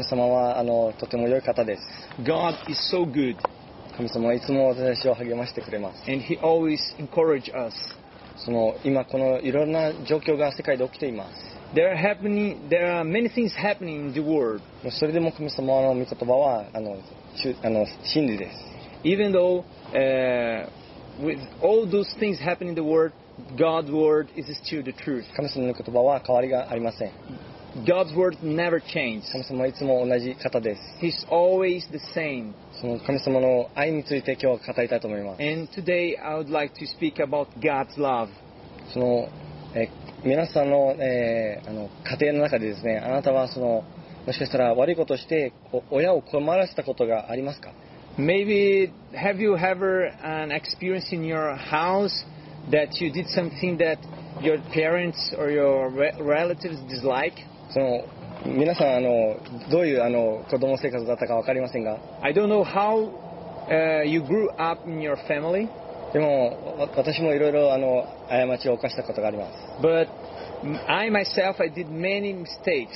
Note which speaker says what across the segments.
Speaker 1: 神様はあのとても良い方です
Speaker 2: God is so good,
Speaker 1: 神様はいつも私たちを励ましてくれます
Speaker 2: and He always encourages us.
Speaker 1: その今このいろんな状況が世界で起きています。
Speaker 2: There are happening. There are many things happening in the world.
Speaker 1: それでも神様の御言葉はあのしゅあの真理です。
Speaker 2: Even though uh, with all those things happening in the world, God's word is still the truth.
Speaker 1: 神様の御言葉は変わりがありません。
Speaker 2: God's word never changes.
Speaker 1: 神様はいつも同じ方です。
Speaker 2: He's always the same.
Speaker 1: その神様の愛について今日は語りたいと思います。
Speaker 2: And today I would like to speak about God's love.
Speaker 1: そのえ皆さんの,、えーあの家庭の中でですね、あなたはそのもしかしたら悪いことをしてお親を困らせたことがありますか
Speaker 2: Maybe have you ever an experience in your house that you did something that your parents or your re- relatives dislike?
Speaker 1: その皆さんあのどういうあの子供生活だったか分かりませんが
Speaker 2: I don't know how uh, you grew up in your family,
Speaker 1: でもわ私もいろいろあの過ちを犯したことがありま
Speaker 2: but I myself I did many mistakes.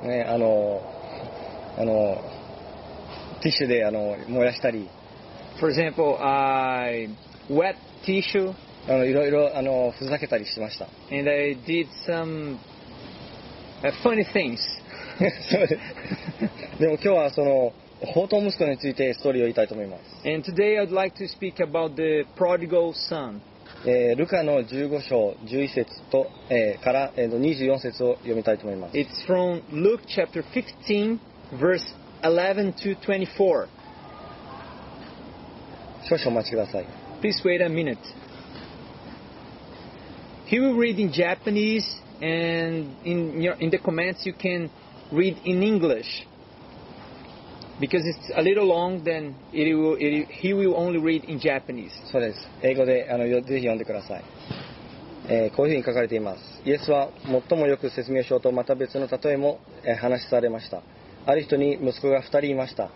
Speaker 1: す、ね、あのあのティッシュであの燃やしたり
Speaker 2: For example, I wet tissue
Speaker 1: あのいろいろあのふざけたりしました
Speaker 2: and I did some uh, funny things.
Speaker 1: そうですでも今日はその宝刀息子についてストーリーを言いたいと思いま
Speaker 2: And today I'd like to speak about the prodigal son.
Speaker 1: す、えールカの15章11節と、えーから、えーと、24節を読みたいと思います
Speaker 2: It's from Luke chapter 15, verse 11 to 24.
Speaker 1: 少々お待ちください
Speaker 2: Please wait a minute. He will read in Japanese, and in, your, in the comments you can read in English. Because it's a little long, then it will, it, he will only read in Japanese.
Speaker 1: そうです。英語であのよぜひ読んでください、えーこういうふうに書かれています。イエスは最もよく説明書とまた別の例えも、えー話しされました。ある人に息子が2人いました。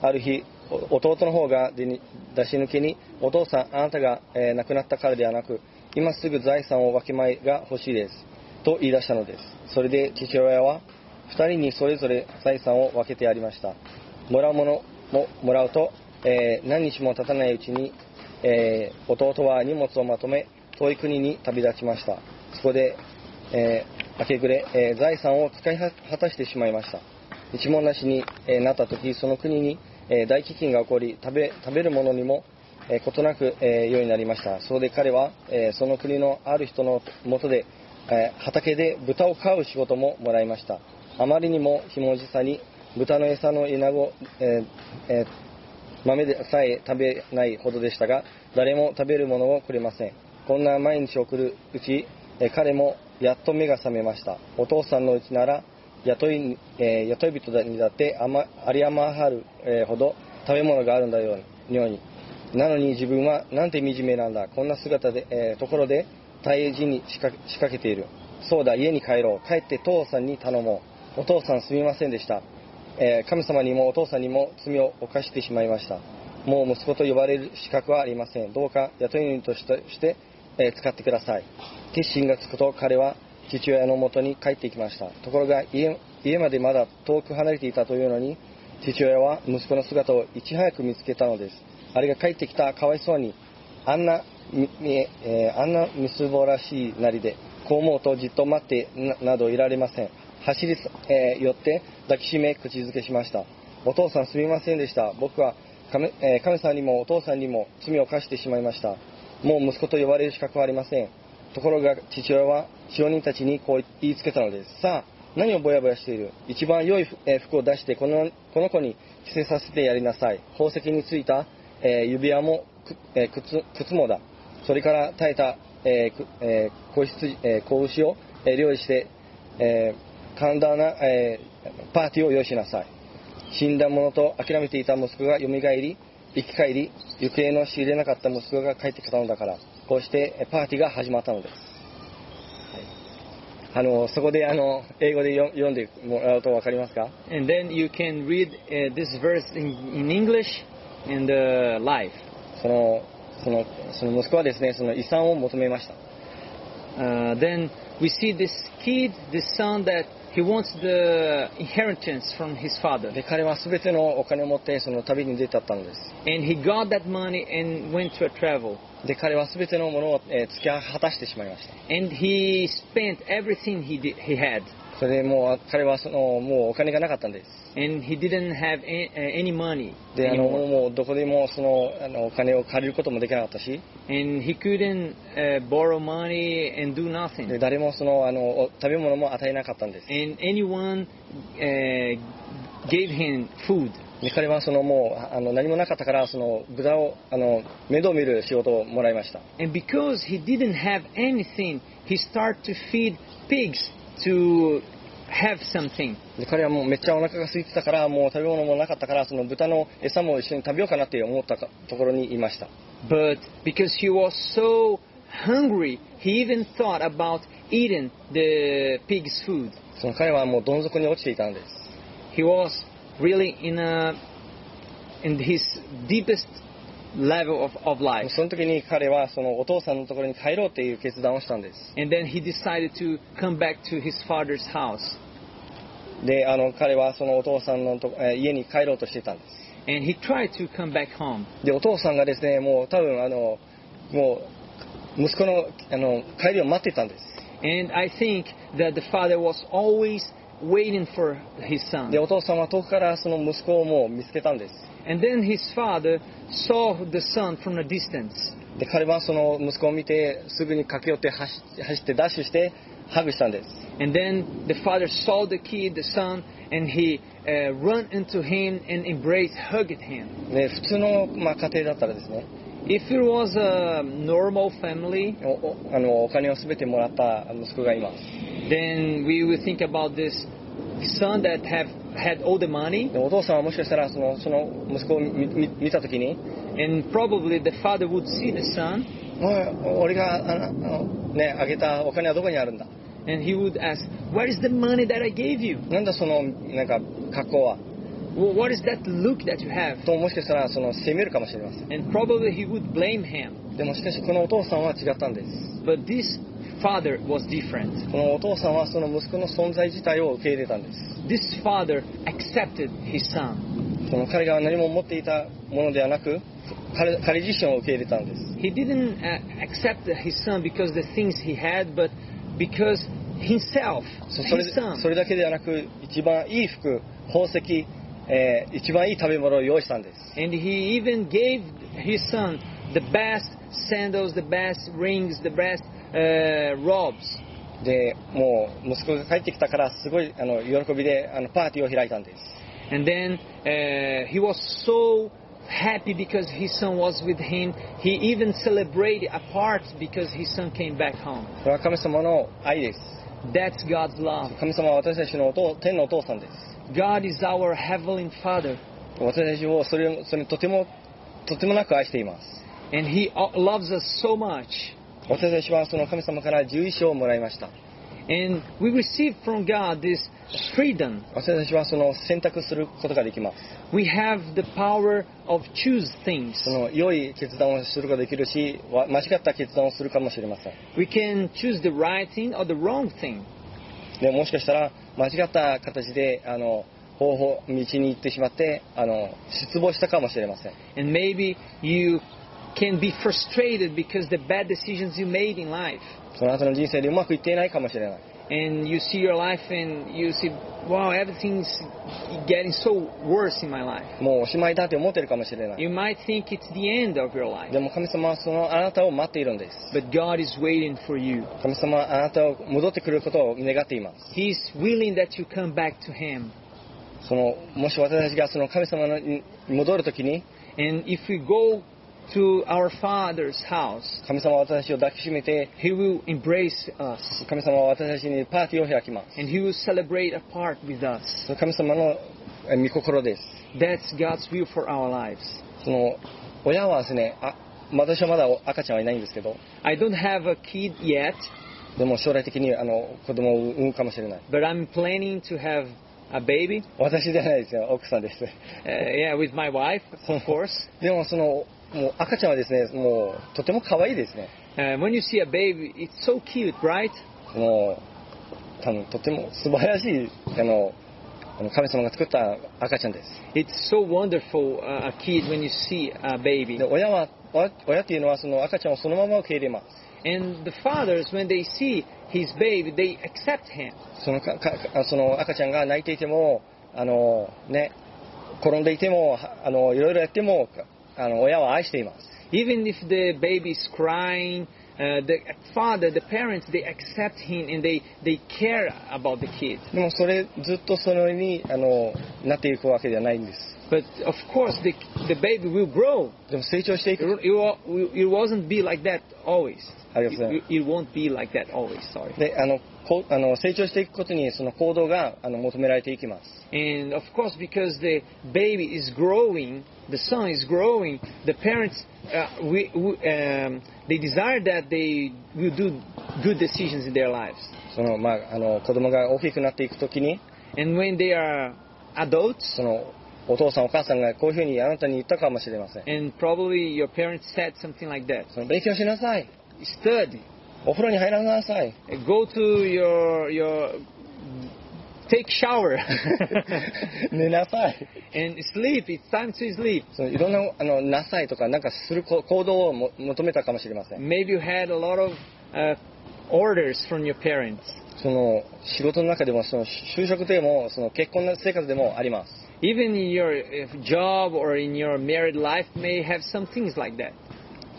Speaker 1: ある日、お弟の方が出に出し抜きに、お父さん、あなたが、えー亡くなったからではなく、今すぐ財産を分けまいが欲しいです。と言い出したのです。それで父親は、2人にそれぞれ財産を分けてやりました。もらうものももらうと、えー何日も経たないうちに、えー弟は荷物をまとめ遠い国に旅立ちましたそこで、えー明け暮れ、えー財産を使い果たしてしまいました一文なしに、えーなった時その国に、えー大飢饉が起こり食べ食べるものにも、えーことなく、えーようになりましたそれで彼は、えーその国のある人のもとで、えー畑で豚を飼う仕事ももらいましたあまりにもひもじさに豚の餌の稲子、えーえー豆でさえ食べないほどでしたが誰も食べるものをくれませんこんな毎日を送るうちえー彼もやっと目が覚めましたお父さんのうちなら雇い,、えー雇い人にだってあま有り余はる、えーほど食べ物があるんだようにようになのに自分はなんて惨めなんだこんな姿で、えーところで退治に仕掛仕掛けているそうだ家に帰ろう帰って父さんに頼もうお父さんすみませんでしたえー神様にもお父さんにも罪を犯してしまいましたもう息子と呼ばれる資格はありませんどうか雇い主としてして、えー使ってください決心がつくと彼は父親のもとに帰っていきましたところが家家までまだ遠く離れていたというのに父親は息子の姿をいち早く見つけたのですあれが帰ってきたかわいそうにあんなみ、みええーあんなみすぼらしいなりで、こう思うとじっと待ってななどいられません。走り、えー寄って抱きしめ口づけしました。お父さんすみませんでした。僕は神,、えー神さんにもお父さんにも罪を犯してしまいました。もう息子と呼ばれる資格はありません。ところが父親は使用人たちにこう言いつけたのです。さあ、何をぼやぼやしている一番良い服えー服を出してこのこの子に着せさせてやりなさい。宝石についた、えー指輪もく、えー靴靴もだ。それから耐えた、えーくえー子羊えー子牛を、えー料理して、えー寛大な、えーパーティーを用意しなさい。死んだ者と諦めていた息子が蘇り、生き返り、行方の知れなかった息子が帰ってきたのだから、こうしてえーパーティーが始まったのです。あのそこであの英語で読読んでもらうと分かりますか
Speaker 2: And then you can read uh, this verse in, in English and uh, live.
Speaker 1: そのそのその息子はですねその遺産を求めました
Speaker 2: Uh, then we see this kid, this son that He wants the inheritance from his father.
Speaker 1: で彼は全てのお金を持ってその旅に出てったのです
Speaker 2: And he got that money and went to a travel.
Speaker 1: で彼は全てのものを、えー突き果たしてしまいまし
Speaker 2: And he spent everything he, did, he had.
Speaker 1: たそれでもうあ彼はそのもうお金がなかったんです
Speaker 2: And he didn't have any, uh, any money
Speaker 1: であの
Speaker 2: anymore.
Speaker 1: もうどこでもそのあのお金を借りることもできなかったし
Speaker 2: And he couldn't uh, borrow money and do nothing.
Speaker 1: で誰もそのあのお食べ物も与えなかったんです
Speaker 2: and anyone uh, gave him food.
Speaker 1: で彼はそのもうああの何もなかったからその豚をあの面倒見る仕事をもらいました
Speaker 2: And because he didn't have anything, he started to feed pigs to have something.
Speaker 1: で彼はもうめっちゃお腹が空いてたからもう食べ物もなかったからその豚の餌も一緒に食べようかなって思ったかところにいました
Speaker 2: But because he was so hungry, he even thought about eating the pig's food.
Speaker 1: その彼はもうどん底に落ちていたんです
Speaker 2: He was really in a in his deepest level of, of life.
Speaker 1: その時に彼はそのお父さんのところに帰ろうっていう決断をしたんです
Speaker 2: And then he decided to come back to his father's house.
Speaker 1: であの彼はそのお父さんのとこ、えー家に帰ろうとしていたんで
Speaker 2: And he tried to come back home.
Speaker 1: すでお父さんがですねもう多分あのもう息子のあの帰りを待っていたんです
Speaker 2: And I think that the father was always waiting for his son.
Speaker 1: でお父さんは遠くからその息子をもう見つけたんです
Speaker 2: And then his father saw the son from a distance.
Speaker 1: で彼はその息子を見てすぐに駆け寄って走走ってダッシュしてハグしたんです
Speaker 2: And then the father saw the kid, the son, and he uh, ran into him and embraced, hugged him.
Speaker 1: で普通の、まあ、家庭だったらですね
Speaker 2: If it was a normal family,
Speaker 1: おおあのお金を全てもらった息子がいます
Speaker 2: then we would think about this son that have had all the money,
Speaker 1: でお父さんはもしかしたらそのその息子を見見見た時に
Speaker 2: and probably the father would see the son,
Speaker 1: 「おい俺があのあのねあげたお金はどこにあるんだ
Speaker 2: and he would ask, "Where is the money that I gave you?"
Speaker 1: なんだそのなんか格好は
Speaker 2: Well, what is that look that you have?
Speaker 1: ともしかしたらその責めるかもしれませ
Speaker 2: And probably he would blame him.
Speaker 1: んでもしかしこのお父さんは違ったんです
Speaker 2: But this father was different.
Speaker 1: このお父さんはその息子の存在自体を受け入れたんです
Speaker 2: This father accepted his son.
Speaker 1: その彼が何も持っていたものではなく彼彼自身を受け入れたんです
Speaker 2: He didn't uh, accept his son because the things he had, but because himself,
Speaker 1: そそれ
Speaker 2: his
Speaker 1: そ
Speaker 2: son.
Speaker 1: れだけではなく一番いい服宝石、えー一番いい食べ物を用意したんです
Speaker 2: And he even gave his son the best sandals, the best rings, the best uh, robes.
Speaker 1: でもう息子が帰ってきたからすごいあの喜びであのパーティーを開いたんです
Speaker 2: And then uh, he was so happy because his son was with him. He even celebrated apart because his son came back home.
Speaker 1: これは神様の愛です
Speaker 2: That's God's love.
Speaker 1: 神様は私たちのお父天のお父さんです
Speaker 2: God is our heavenly Father,
Speaker 1: 私たちをそれをそれにとてもとてもなく愛しています
Speaker 2: and He uh, loves us so much.
Speaker 1: 私たちはその神様から十一章をもらいました
Speaker 2: And we receive from God this freedom.
Speaker 1: 私たちはその選択することができます
Speaker 2: We have the power of choose things.
Speaker 1: その良い決断をすることができるしわ間違った決断をするかもしれません
Speaker 2: We can choose the right thing or the wrong thing.
Speaker 1: でもしかしたら間違った形であの方法道に行ってしまってあの失望したかもしれません
Speaker 2: And maybe you can be frustrated because the bad decisions you made in life.
Speaker 1: その後の人生でうまくいっていないかもしれない
Speaker 2: and you see your life and you see wow everything's getting so worse in my life
Speaker 1: もうおしまいだって思ってるかもしれない
Speaker 2: you might think it's the end of your life
Speaker 1: でも神様はそのあなたを待っているんです
Speaker 2: but god is waiting for you
Speaker 1: 神様はあなたを戻ってくることを願っています
Speaker 2: he's willing that you come back to him
Speaker 1: そのもし私たちがその神様のに戻るときに
Speaker 2: and if we go to our father's house
Speaker 1: 神様は私たちを抱きしめて
Speaker 2: he will embrace us
Speaker 1: 神様は私たちにパーティーを開きます
Speaker 2: and he will celebrate apart with us
Speaker 1: その神様のえ御心です
Speaker 2: that's god's will for our lives
Speaker 1: その親はですねあ私はまだ赤ちゃんはいないんですけど
Speaker 2: i don't have a kid yet
Speaker 1: でも将来的にあの子供を産むかもしれない
Speaker 2: but i'm planning to have a baby
Speaker 1: 私じゃないですよ奥さんです
Speaker 2: uh, yeah with my wife of course
Speaker 1: でもそのもう赤ちゃんはですねもうとても可愛いですね
Speaker 2: Uh, when you see a baby, it's so cute, right?
Speaker 1: もうあのとても素晴らしいあのあの神様が作った赤ちゃんです
Speaker 2: It's so wonderful, uh, a kid, when you see a baby.
Speaker 1: で親は親親というのはその赤ちゃんをそのまま受け入れます
Speaker 2: And the fathers, when they see his baby, they accept him.
Speaker 1: そのかかあその赤ちゃんが泣いていてもあの、ね、転んでいてもはあのいろいろやってもあの親は愛しています
Speaker 2: Even if the baby is crying, uh, the father, the parents, they accept him and they, they care about the kid.
Speaker 1: でもそれずっとそのようにあのなっていくわけではないんです
Speaker 2: But of course, the, the baby will grow.
Speaker 1: でも成長してい
Speaker 2: It,
Speaker 1: く
Speaker 2: it, it wasn't be like that always.
Speaker 1: ありがとうござい
Speaker 2: It,
Speaker 1: ま
Speaker 2: it won't be like that always, sorry.
Speaker 1: すであのこあの成長していくことにその行動があの求められていきます
Speaker 2: And of course, because the baby is growing, the son is growing, the parents, uh, we, we, um, they desire that they will do good decisions in their lives.
Speaker 1: その、まあ、あの子供が大きくなっていくときに
Speaker 2: And when they are adults,
Speaker 1: そのお父さんお母さんがこういうふうにあなたに言ったかもしれません
Speaker 2: and probably your parents said something like that
Speaker 1: その勉強しなさい
Speaker 2: study,
Speaker 1: お風呂に入らなさい
Speaker 2: go to your, your take shower,
Speaker 1: 寝なさい
Speaker 2: and sleep, it's time to sleep.
Speaker 1: そのいろんなあのなさいとかなんかするこ行動をも求めたかもしれません
Speaker 2: Maybe you had a lot of uh, orders from your parents.
Speaker 1: その仕事の中でもその就職でもその結婚の生活でもあります
Speaker 2: Even in your uh, job or in your married life may have some things like that.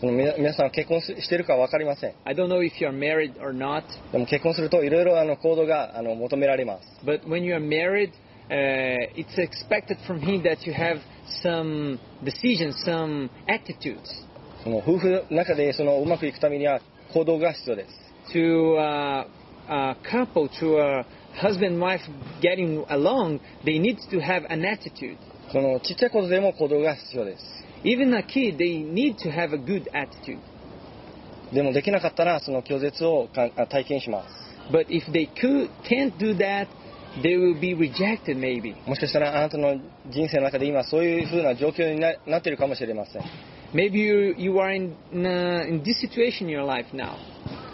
Speaker 1: そのみな皆さん結婚すしてるか分かりません
Speaker 2: I don't know if you're married or not,
Speaker 1: でも結婚するといろいろあの行動があの求められます
Speaker 2: but when you are married, uh, it's expected from him that you have some decisions, some attitudes
Speaker 1: その夫婦の中でそのうまくいくためには行動が必要です
Speaker 2: to uh, a couple, to a husband and wife getting along. They need to have an attitude.
Speaker 1: そのちっちゃいことでも行動が必要です
Speaker 2: Even a kid, they need to have a good attitude.
Speaker 1: でもできなかったらその拒絶をかあ体験しま
Speaker 2: But if they could, can't do that, they will be rejected maybe.
Speaker 1: すもしかしたらあなたの人生の中で今そういうふうな状況にななっているかもしれません
Speaker 2: Maybe you, you are in, in, uh, in this situation in your life now,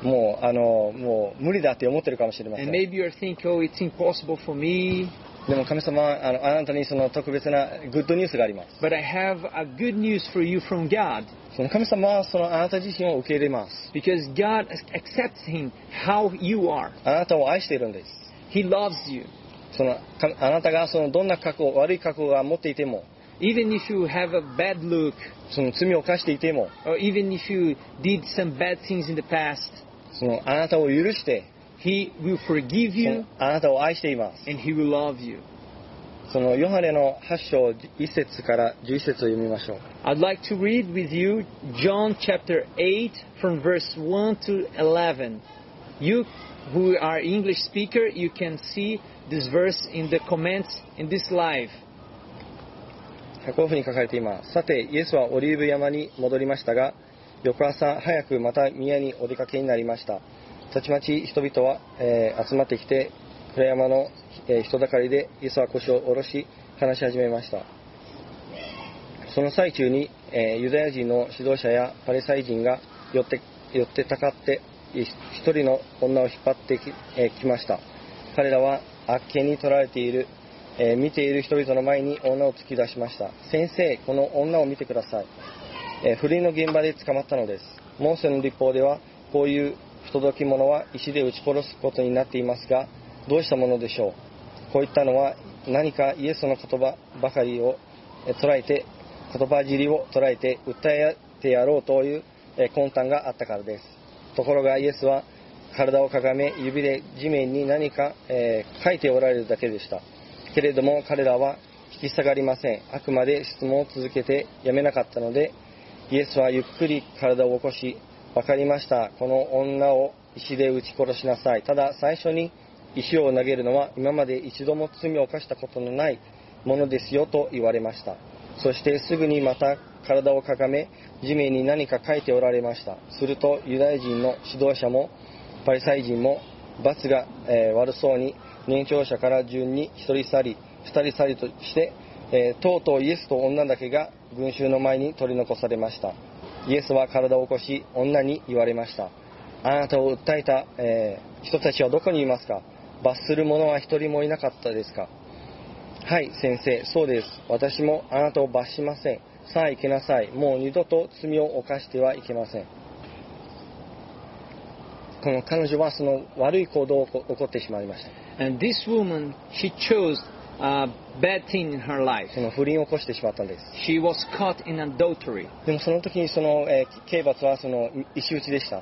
Speaker 1: もうあのもう無理だって思ってるかもしれません
Speaker 2: and
Speaker 1: で
Speaker 2: maybe you're thinking, oh, it's impossible for me,
Speaker 1: も神様はあのあなたにその特別なグッドニュースがあります
Speaker 2: but I have a good news for you from God,
Speaker 1: その神様はそのあなた自身を受け入れます
Speaker 2: because God accepts him how you are.
Speaker 1: あなたを愛しているんです
Speaker 2: He loves you.
Speaker 1: そのかあなたがそのどんな過去悪い過去が持っていても
Speaker 2: Even if you have a bad look,
Speaker 1: その罪を犯していても
Speaker 2: or even if you did some bad things in the past,
Speaker 1: そのあなたを許して、
Speaker 2: He will forgive
Speaker 1: そ
Speaker 2: you
Speaker 1: のあなたを愛しています
Speaker 2: and He will love you.
Speaker 1: そのヨハネの8章1節から11節を読みましょう
Speaker 2: I'd like to read with you John chapter 8 from verse 1 to 11. You who are English speaker, you can see this verse in the comments in this live.
Speaker 1: こういうふうに書かれていますさてイエスはオリーブ山に戻りましたが翌朝早くまた宮にお出かけになりましたたちまち人々は、えー集まってきて暗山の、えー人だかりでイエスは腰を下ろし話し始めましたその最中に、えーユダヤ人の指導者やパレサイ人が寄って寄ってたかってい一人の女を引っ張ってき,、えー来ました彼らはあっけに取られている、えー見ている人々の前に女を突き出しました先生この女を見てください、えー不倫の現場で捕まったのですモーセの立法ではこういう不届き者は石で撃ち殺すことになっていますがどうしたものでしょうこういったのは何かイエスの言葉ばかりをえー捉えて言葉尻を捉えて訴えてやろうというえー魂胆があったからですところがイエスは体をかがめ指で地面に何か、えー書いておられるだけでしたけれども彼らは引き下がりませんあくまで質問を続けてやめなかったのでイエスはゆっくり体を起こし分かりましたこの女を石で撃ち殺しなさいただ最初に石を投げるのは今まで一度も罪を犯したことのないものですよと言われましたそしてすぐにまた体をかがめ地面に何か書いておられましたするとユダヤ人の指導者もパリサイ人も罰が、えー悪そうに年長者から順に一人去り二人去りとして、えーとうとうイエスと女だけが群衆の前に取り残されましたイエスは体を起こし女に言われましたあなたを訴えた、えー人たちはどこにいますか罰する者は一人もいなかったですかはい、先生、そうです。私もあなたを罰しません。さあ行けなさい。もう二度と罪を犯してはいけません。この彼女はその悪い行動を起こ起こってしまいました。
Speaker 2: And this woman, she chose a bad thing in her life.
Speaker 1: その不倫を起こしてしまったんです。
Speaker 2: She was caught in adultery.
Speaker 1: でもその時にその、えー刑罰はそのい石打ちでした。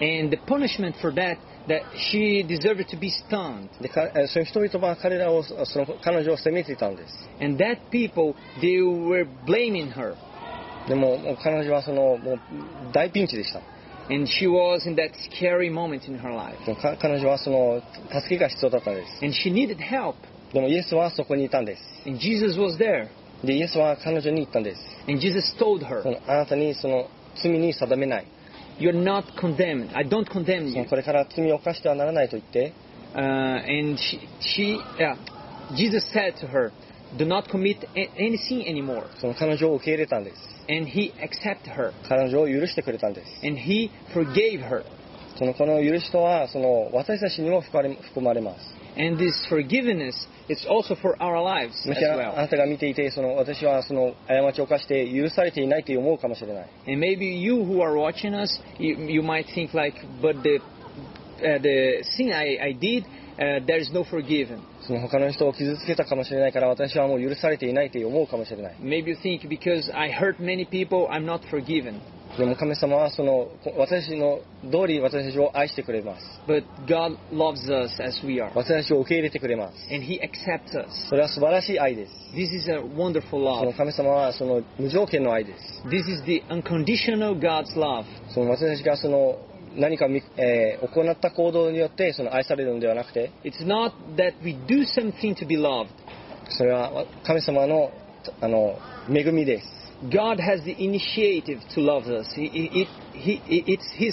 Speaker 2: And the punishment for that, that she deserved to be stoned.
Speaker 1: でかえーその人々は彼らをそその彼女を責めていたんです。
Speaker 2: And that people, they were blaming her.
Speaker 1: でももう彼女はそのもう大ピンチでした。
Speaker 2: And she was in that scary moment in her life.
Speaker 1: でもか彼女はその助けが必要だったんで
Speaker 2: And she needed help.
Speaker 1: す。でもイエスはそこにいたんです。
Speaker 2: And Jesus was there.
Speaker 1: でイエスは彼女に言ったんです。
Speaker 2: And Jesus told
Speaker 1: そ
Speaker 2: her,
Speaker 1: のあなたにその罪に定めない。
Speaker 2: You're not condemned. I don't condemn
Speaker 1: その
Speaker 2: you.
Speaker 1: これから罪を犯してはならないと言って、
Speaker 2: Uh, and she, she yeah, Jesus said to her, Do not commit a- any sin anymore.
Speaker 1: その彼女を受け入れたんです。
Speaker 2: And he accepted her.
Speaker 1: 彼女を許してくれたんです。
Speaker 2: And he forgave her.
Speaker 1: そのこの許しとはその私たちにも含まれ含まれます。
Speaker 2: And this forgiveness is also for our lives
Speaker 1: も
Speaker 2: as
Speaker 1: しあなあ
Speaker 2: well.
Speaker 1: なたが見ていてその私はその過ちを犯して許されていないと思うかもしれない
Speaker 2: And maybe you who are watching us, you, you might think like, but the uh, the sin I, I did, uh, there is no forgiven.
Speaker 1: その他の人を傷つけたかもしれないから私はもう許されていないと思うかもしれない
Speaker 2: Maybe you think because I hurt many people, I'm not forgiven.
Speaker 1: でも神様はそのこ私の通り私たちを愛してくれます
Speaker 2: But God loves us as we are,
Speaker 1: 私たちを受け入れてくれます
Speaker 2: and He accepts us.
Speaker 1: それは素晴らしい愛です
Speaker 2: This is a wonderful
Speaker 1: その
Speaker 2: love.
Speaker 1: 神様はその無条件の愛です
Speaker 2: This is the unconditional God's love.
Speaker 1: その私たちがその何かみ、えー行った行動によってその愛されるのではなくて
Speaker 2: It's not that we do something to be loved.
Speaker 1: それは神様のあの恵みです
Speaker 2: God has the initiative to love us. He, it, he, it's His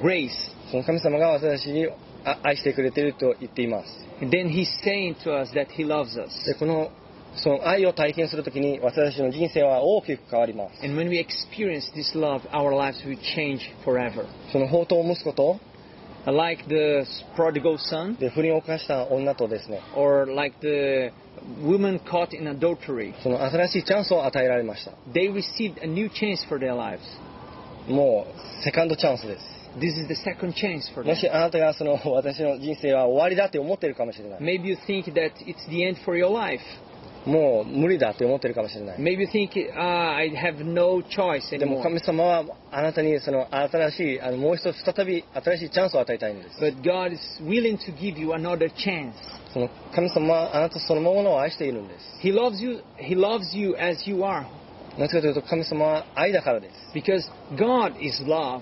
Speaker 2: grace.
Speaker 1: その神様が私たちにあ愛してくれていると言っています
Speaker 2: And then He's saying to us that He loves us.
Speaker 1: でこのその愛を体験するときに私たちの人生は大きく変わります
Speaker 2: And when we experience this love, our lives will change forever.
Speaker 1: その放蕩息子と
Speaker 2: Like the prodigal son,
Speaker 1: で不倫を犯した女とですね
Speaker 2: or like the woman caught in adultery,
Speaker 1: その新しいチャンスを与えられました
Speaker 2: they received a new chance for their lives.
Speaker 1: もうセカンドチャンスです
Speaker 2: This is the second chance for
Speaker 1: も
Speaker 2: them.
Speaker 1: しあなたがその私の人生は終わりだって思ってるかもしれない
Speaker 2: Maybe you think that it's the end for your life.
Speaker 1: もう無理だって思ってるかもしれない
Speaker 2: Maybe you think, ah, I have no choice
Speaker 1: でも
Speaker 2: anymore.
Speaker 1: 神様はあなたにその新しいあのもう一つ再び新しいチャンスを与えたいんです
Speaker 2: But God is willing to give you another chance.
Speaker 1: その神様はあなたそのものを愛しているんです
Speaker 2: He loves you. He loves you as you are,
Speaker 1: なぜかというと神様は愛だからです
Speaker 2: because God is love.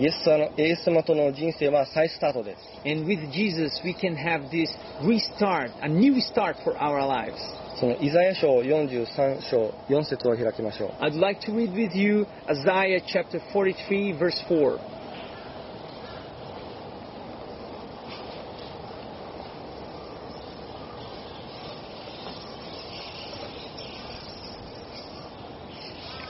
Speaker 1: イエス様のイエス様との人生は再スタートです
Speaker 2: And with Jesus, we can have this restart, a new start for our lives.
Speaker 1: そのイザヤ書43章4節を開きましょう
Speaker 2: I'd like to read with you Isaiah chapter 43, verse 4.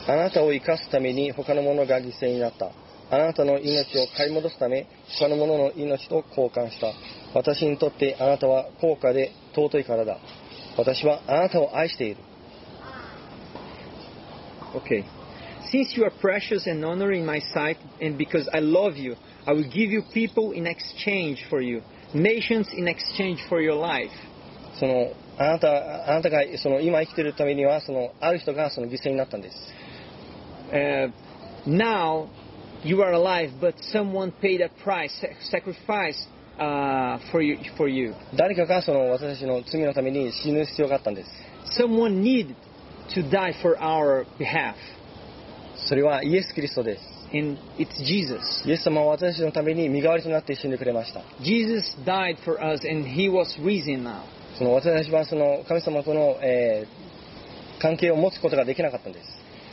Speaker 1: あなたを生かすために他の者が犠牲になったあなたの命を買い戻すため他の者の命と交換した私にとってあなたは高価で尊いからだ私はあなたを愛している
Speaker 2: Okay. Since you are precious and honor in my sight, and because I love you, I will give you people in exchange for you, nations in exchange for your life.
Speaker 1: そのあなたあなたがその今生きているためにはそのある人がその犠牲になったんです
Speaker 2: Uh, now you are alive, but someone paid a price, sac- sacrifice uh, for, you, for you.
Speaker 1: 誰かがその私たちの罪のために死ぬ必要があったんです
Speaker 2: Someone needed to die for our behalf,
Speaker 1: それはイエス・キリストです
Speaker 2: and it's Jesus.
Speaker 1: イエス様は私たちのために身代わりとなって死んでくれました
Speaker 2: Jesus died for us, and He was risen now.
Speaker 1: その私たちはその神様との、えー関係を持つことができなかったんです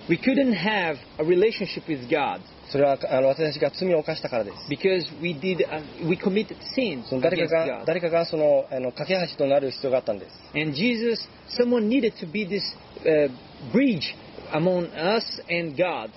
Speaker 2: We couldn't have a relationship with God
Speaker 1: それはあの私たちが罪を犯したからです
Speaker 2: because we did uh, we committed sin
Speaker 1: その誰か
Speaker 2: against
Speaker 1: が
Speaker 2: God.
Speaker 1: 誰かがそのあの架け橋となる必要があったんです
Speaker 2: And Jesus, someone needed to be this uh, bridge among us and God,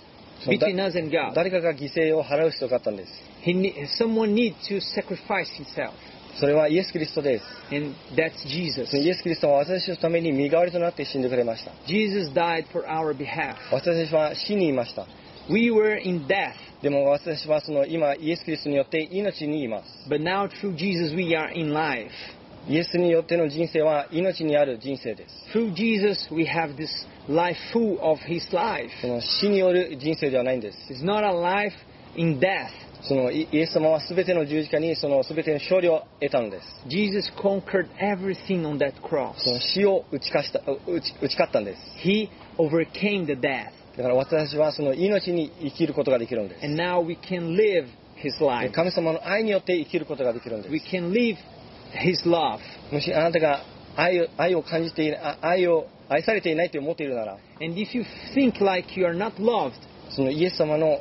Speaker 1: そのだ
Speaker 2: between us and God.
Speaker 1: 誰かが犠牲を払う必要があったんです
Speaker 2: He ne- someone need to sacrifice himself.
Speaker 1: それはイエス・キリストです
Speaker 2: and that's Jesus.
Speaker 1: そのイエス・キリストは私たちのために身代わりとなって死んでくれました
Speaker 2: Jesus died for our behalf.
Speaker 1: 私たちは死にいました
Speaker 2: We were in death,
Speaker 1: でも私たちはその今イエス・キリストによって命にいます
Speaker 2: but now through Jesus we are in life.
Speaker 1: イエスによっての人生は命にある人生です
Speaker 2: Through Jesus we have this life full of His life.
Speaker 1: その死による人生ではないんです
Speaker 2: It's not a life in death.
Speaker 1: そのイイエス様は全ての十字架にその全ての勝利を得たのです
Speaker 2: Jesus conquered everything on that
Speaker 1: その
Speaker 2: cross.
Speaker 1: 死を打ち勝した打ち打ち勝ったんです
Speaker 2: He overcame the death,
Speaker 1: だから私たちはその命に生きることができるんです
Speaker 2: and now we can live His
Speaker 1: で
Speaker 2: life.
Speaker 1: 神様の愛によって生きることができるんで
Speaker 2: We
Speaker 1: す
Speaker 2: can live His love,
Speaker 1: もしあなたが愛を愛を感じているあ愛を愛されていないと思っているなら
Speaker 2: and if you think like you are not loved,
Speaker 1: そのイエス様の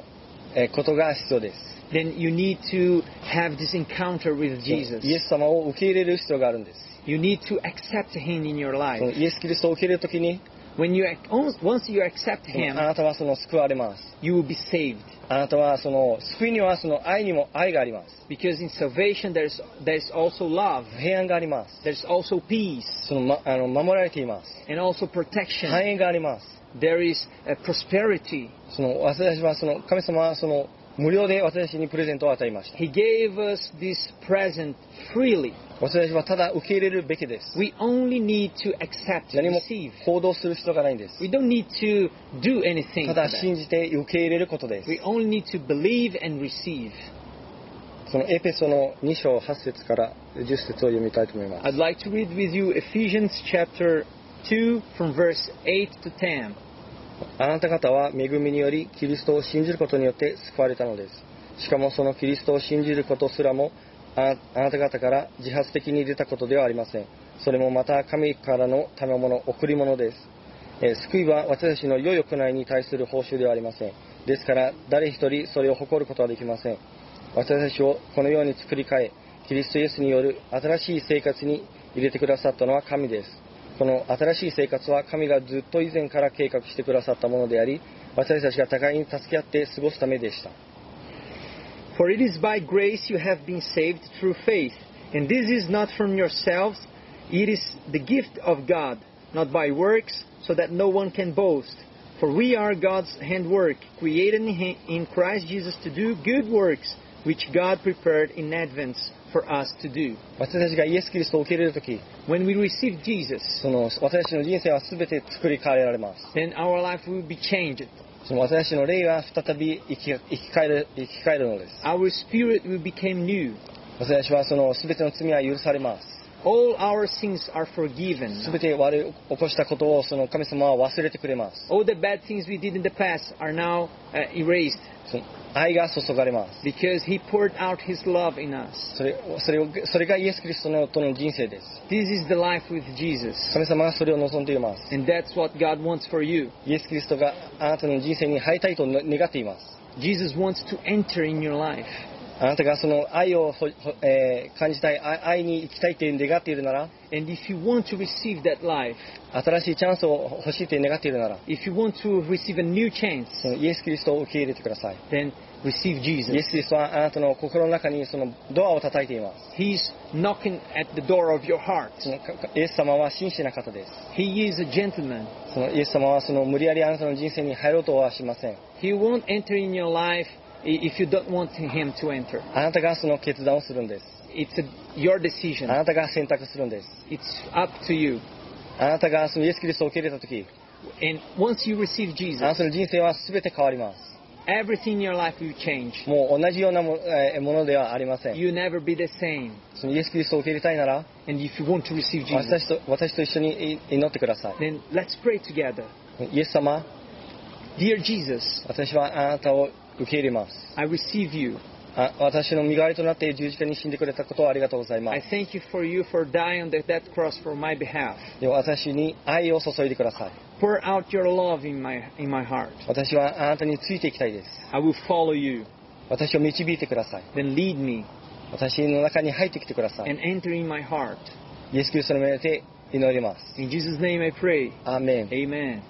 Speaker 1: えーことが必要です
Speaker 2: then you need to have this encounter with
Speaker 1: そ
Speaker 2: Jesus.
Speaker 1: のイエス様を受け入れる必要があるんです
Speaker 2: You need to accept Him in your
Speaker 1: その
Speaker 2: life.
Speaker 1: イエス・キリストを受け入れるときに
Speaker 2: When you ac- once- once you accept
Speaker 1: その
Speaker 2: Him,
Speaker 1: あなたはその救われます
Speaker 2: you will be saved
Speaker 1: あなたはその救いにはその愛にも愛があります
Speaker 2: because in salvation there's there's also love,
Speaker 1: 平安があります
Speaker 2: there's also peace,
Speaker 1: その、ま、あの守られています
Speaker 2: and also protection.
Speaker 1: 繁栄があります
Speaker 2: There is uh, prosperity.
Speaker 1: その私たちはその神様はその無料で私たちにプレゼントを与えました
Speaker 2: He gave us this present freely.
Speaker 1: 私たちはただ受け入れるべきです
Speaker 2: We only need to accept,
Speaker 1: 何も
Speaker 2: receive.
Speaker 1: 行動する必要がないんです
Speaker 2: We don't need to do anything.
Speaker 1: た
Speaker 2: for
Speaker 1: だ
Speaker 2: that.
Speaker 1: 信じて受け入れることです
Speaker 2: We only need to believe and receive.
Speaker 1: そのエペソの2章8節から10節を読みたいと思います
Speaker 2: I'd like to read with you Ephesians chapter 2 from verse 8 to 10.
Speaker 1: あなた方は恵みによりキリストを信じることによって救われたのです。しかもそのキリストを信じることすらもああなた方から自発的に出たことではありません。それもまた神からの賜物、贈り物です。えー救いは私たちの良い行いに対する報酬ではありません。ですから誰一人それを誇ることはできません。私たちをこのように作り変え、キリストイエスによる新しい生活に入れてくださったのは神です。この新しい生活は神がずっと以前から計画してくださったものであり、私たちが互いに助け合って過ごすためでした。
Speaker 2: For it is by grace you have been saved through faith, and this is not from yourselves, it is the gift of God, not by works, so that no one can boast. For we are God's handwork, created in Hi- in Christ Jesus to do good works, which God prepared in advance for us to do.
Speaker 1: 私たちがイエス・キリストを受け入れるとき、
Speaker 2: When we receive Jesus,
Speaker 1: その私たちの人生は全て作り変えられます。
Speaker 2: then our life will be changed.
Speaker 1: その私たちの霊が再び生き生き返る生き返るのです。
Speaker 2: Our spirit will become new.
Speaker 1: 私たちはその全ての罪は許されます。
Speaker 2: All our sins are forgiven.
Speaker 1: 全て悪い起こしたことをその神様は忘れてくれます。
Speaker 2: All the bad things we did in the past are now uh, erased
Speaker 1: その愛が注がれます。
Speaker 2: because He poured out His love in us.
Speaker 1: それそれをそれがイエス・キリストのとの人生です。
Speaker 2: This is the life with Jesus,
Speaker 1: 神様がそれを望んでいます。
Speaker 2: and that's what God wants for you.
Speaker 1: イエス・キリストがあなたの人生に入りたいと願っています。
Speaker 2: Jesus wants to enter in your life.
Speaker 1: あなたがその愛をほ、ほえー感じたい、あ愛に行きたいって願っているなら、
Speaker 2: And if you want to receive that life,
Speaker 1: 新しいチャンスを欲しいって願っているなら、
Speaker 2: if you want to receive a new chance,
Speaker 1: そのイエス・キリストを受け入れてください。
Speaker 2: then
Speaker 1: イ
Speaker 2: receive
Speaker 1: エ
Speaker 2: Jesus.
Speaker 1: ス・キリストはあなたの心の中にそのドアを叩いています。
Speaker 2: He's knocking at the door of your heart.
Speaker 1: そのかかイエス様は真摯な方です。
Speaker 2: He is a gentleman.
Speaker 1: そのイエス様はその無理やりあなたの人生に入ろうとはしません。
Speaker 2: He won't enter in your life i- if you don't want Him to enter.
Speaker 1: あなたがその決断をするんです。
Speaker 2: It's a, your
Speaker 1: あ
Speaker 2: decision.
Speaker 1: なたが選択するんです。
Speaker 2: It's up to you.
Speaker 1: あなたがそのイエス・キリストを受け入れたとき、
Speaker 2: And once you receive
Speaker 1: あな
Speaker 2: Jesus,
Speaker 1: たの人生は全て変わります。
Speaker 2: everything in your life will change.
Speaker 1: もう同じようなも,、えーものではありません。
Speaker 2: You'll never be the same.
Speaker 1: そのイエス・キリストを受け入れたいなら、
Speaker 2: And if you want to receive Jesus,
Speaker 1: 私と私と一緒にい祈ってください。
Speaker 2: then let's pray together.
Speaker 1: イエス様、
Speaker 2: Dear Jesus,
Speaker 1: 私はあなたを受け入れます。
Speaker 2: I receive you.
Speaker 1: あ私の身代わりとなって十字架に死んでくれたことをありがとうございま
Speaker 2: I
Speaker 1: す。
Speaker 2: thank you for you for dying on the, that cross for my behalf.
Speaker 1: で私に愛を注いでください。
Speaker 2: Pour out your love in my in my heart.
Speaker 1: 私はあなたについていきたいです。
Speaker 2: I will follow you.
Speaker 1: 私を導いてください。
Speaker 2: Then lead me
Speaker 1: 私の中に入ってきてください
Speaker 2: and。enter in my heart.
Speaker 1: イエス・キリストの名で祈ります。
Speaker 2: In Jesus' name I pray.
Speaker 1: アーメン。
Speaker 2: Amen.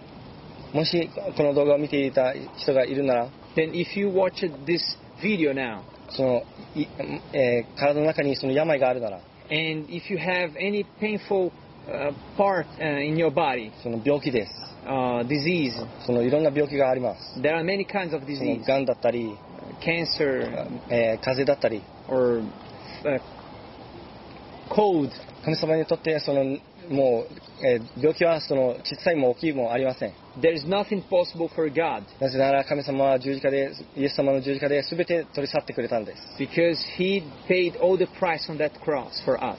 Speaker 1: もしこの動画を見ていた人がいるなら、
Speaker 2: Then if you watched this video now
Speaker 1: そのいえー体の中にその病があるなら、
Speaker 2: And if you have any painful uh, part uh, in your body,
Speaker 1: その病気です
Speaker 2: uh, disease,
Speaker 1: そのいろんな病気があります
Speaker 2: there are many kinds
Speaker 1: そ
Speaker 2: of
Speaker 1: の
Speaker 2: disease,
Speaker 1: がんだったり、
Speaker 2: cancer
Speaker 1: えー風邪だったり
Speaker 2: or uh, cold.
Speaker 1: 神様にとってそのもう、えー病気はその小さいも大きいもありません
Speaker 2: There is nothing possible for God
Speaker 1: なぜなら神様は十字架でイエス様の十字架で全て取り去ってくれたんです
Speaker 2: because He paid all the price on that cross for us.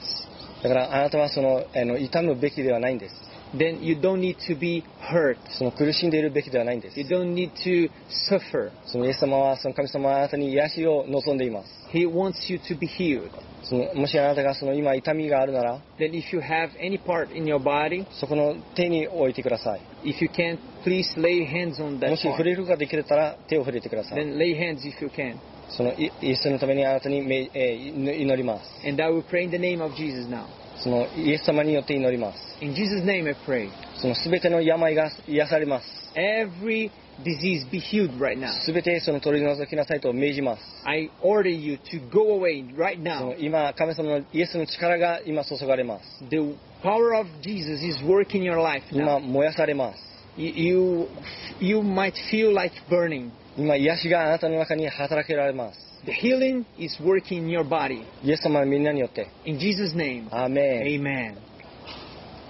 Speaker 1: だからあなたはそのあの痛むべきではないんです
Speaker 2: Then you don't need to be hurt.
Speaker 1: その苦しんでいるべきではないんです
Speaker 2: You don't need to suffer.
Speaker 1: そのイエス様はその神様はあなたに癒しを望んでいます
Speaker 2: He wants you to be healed.
Speaker 1: そのもしあなたがその今痛みがあるなら
Speaker 2: Then if you have any part in your body,
Speaker 1: そこの手に置いてください
Speaker 2: if you can, please lay hands on
Speaker 1: も
Speaker 2: that
Speaker 1: し触
Speaker 2: part.
Speaker 1: れるができれたら手を触れてください
Speaker 2: Then lay hands if you can.
Speaker 1: そのイイエスのためにあなたにめ、えー祈ります
Speaker 2: And I will pray in the name of Jesus now.
Speaker 1: そのイエス様によって祈ります
Speaker 2: In Jesus' name I pray.
Speaker 1: その全ての病が癒されます
Speaker 2: Every disease be healed right now.
Speaker 1: 全てその取り除きなさいと命じます
Speaker 2: I order you to go away right
Speaker 1: その
Speaker 2: now.
Speaker 1: 今神様のイエスの力が今注がれます
Speaker 2: The power of Jesus is working your life
Speaker 1: 今
Speaker 2: now.
Speaker 1: 燃やされます
Speaker 2: You, you, you might feel like burning.
Speaker 1: 今癒しがあなたの中に働けられます
Speaker 2: The healing is working in your body.
Speaker 1: イエス様のみんなによって。
Speaker 2: In Jesus' name.
Speaker 1: アーメ
Speaker 2: Amen.
Speaker 1: ン。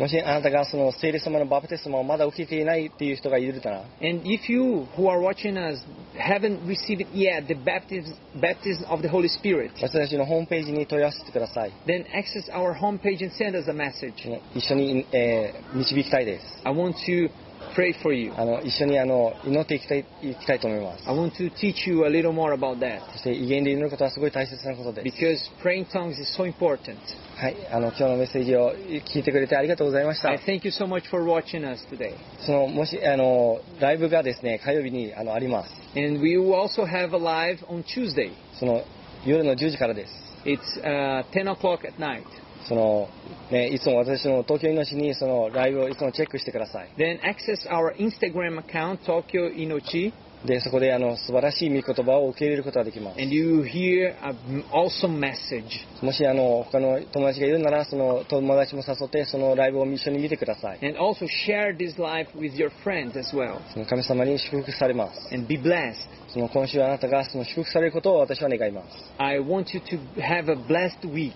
Speaker 1: もしあなたがその聖霊様のバプテスマをまだ受けていないっていう人がいるなら、
Speaker 2: And if you who are watching us haven't received yet the baptism, baptism of the Holy Spirit,
Speaker 1: 私たちのホームページに問い合わせてください。
Speaker 2: then access our homepage and send us a message.
Speaker 1: 一緒に、えー導きたいです。
Speaker 2: I want to pray for you.
Speaker 1: あの一緒にあの祈っていきたいいきたいと思います。
Speaker 2: I want to teach you a little more about that
Speaker 1: そして威厳で祈ることはすごい大切なことです。
Speaker 2: because praying tongues is so important.
Speaker 1: はい、あの今日のメッセージを聞いてくれてありがとうございました。
Speaker 2: I thank you so much for watching us today.
Speaker 1: そのもしあのライブがですね火曜日にあのあります。
Speaker 2: And we will also have a live on Tuesday.
Speaker 1: その夜の10時からです。
Speaker 2: It's uh, 10 o'clock at night.
Speaker 1: そのねいつも私の東京命にそのライブをいつもチェックしてください。
Speaker 2: Then access our Instagram account, Tokyo Inochi,
Speaker 1: でそこであの素晴らしい御言葉を受け入れることができま
Speaker 2: and you will hear an awesome message.
Speaker 1: すもしあの他の友達がいるならその友達も誘ってそのライブを一緒に見てください
Speaker 2: And also share this live with your friends as well.
Speaker 1: その神様に祝福されます
Speaker 2: And be blessed.
Speaker 1: その今週あなたがその祝福されることを私は願います
Speaker 2: I want you to have a blessed week.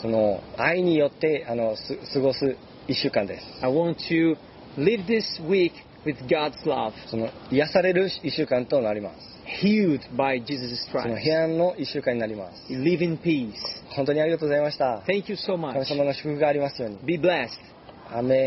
Speaker 1: その愛によってあのす過ごす1週間です
Speaker 2: I want to live this week with God's love,
Speaker 1: その癒される1週間となります
Speaker 2: healed by Jesus
Speaker 1: その
Speaker 2: Christ.
Speaker 1: 平安の1週間になります
Speaker 2: Live in peace.
Speaker 1: 本当にありがとうございました
Speaker 2: Thank you so
Speaker 1: 神
Speaker 2: much.
Speaker 1: 様の祝福がありますように
Speaker 2: Be blessed.
Speaker 1: アーメン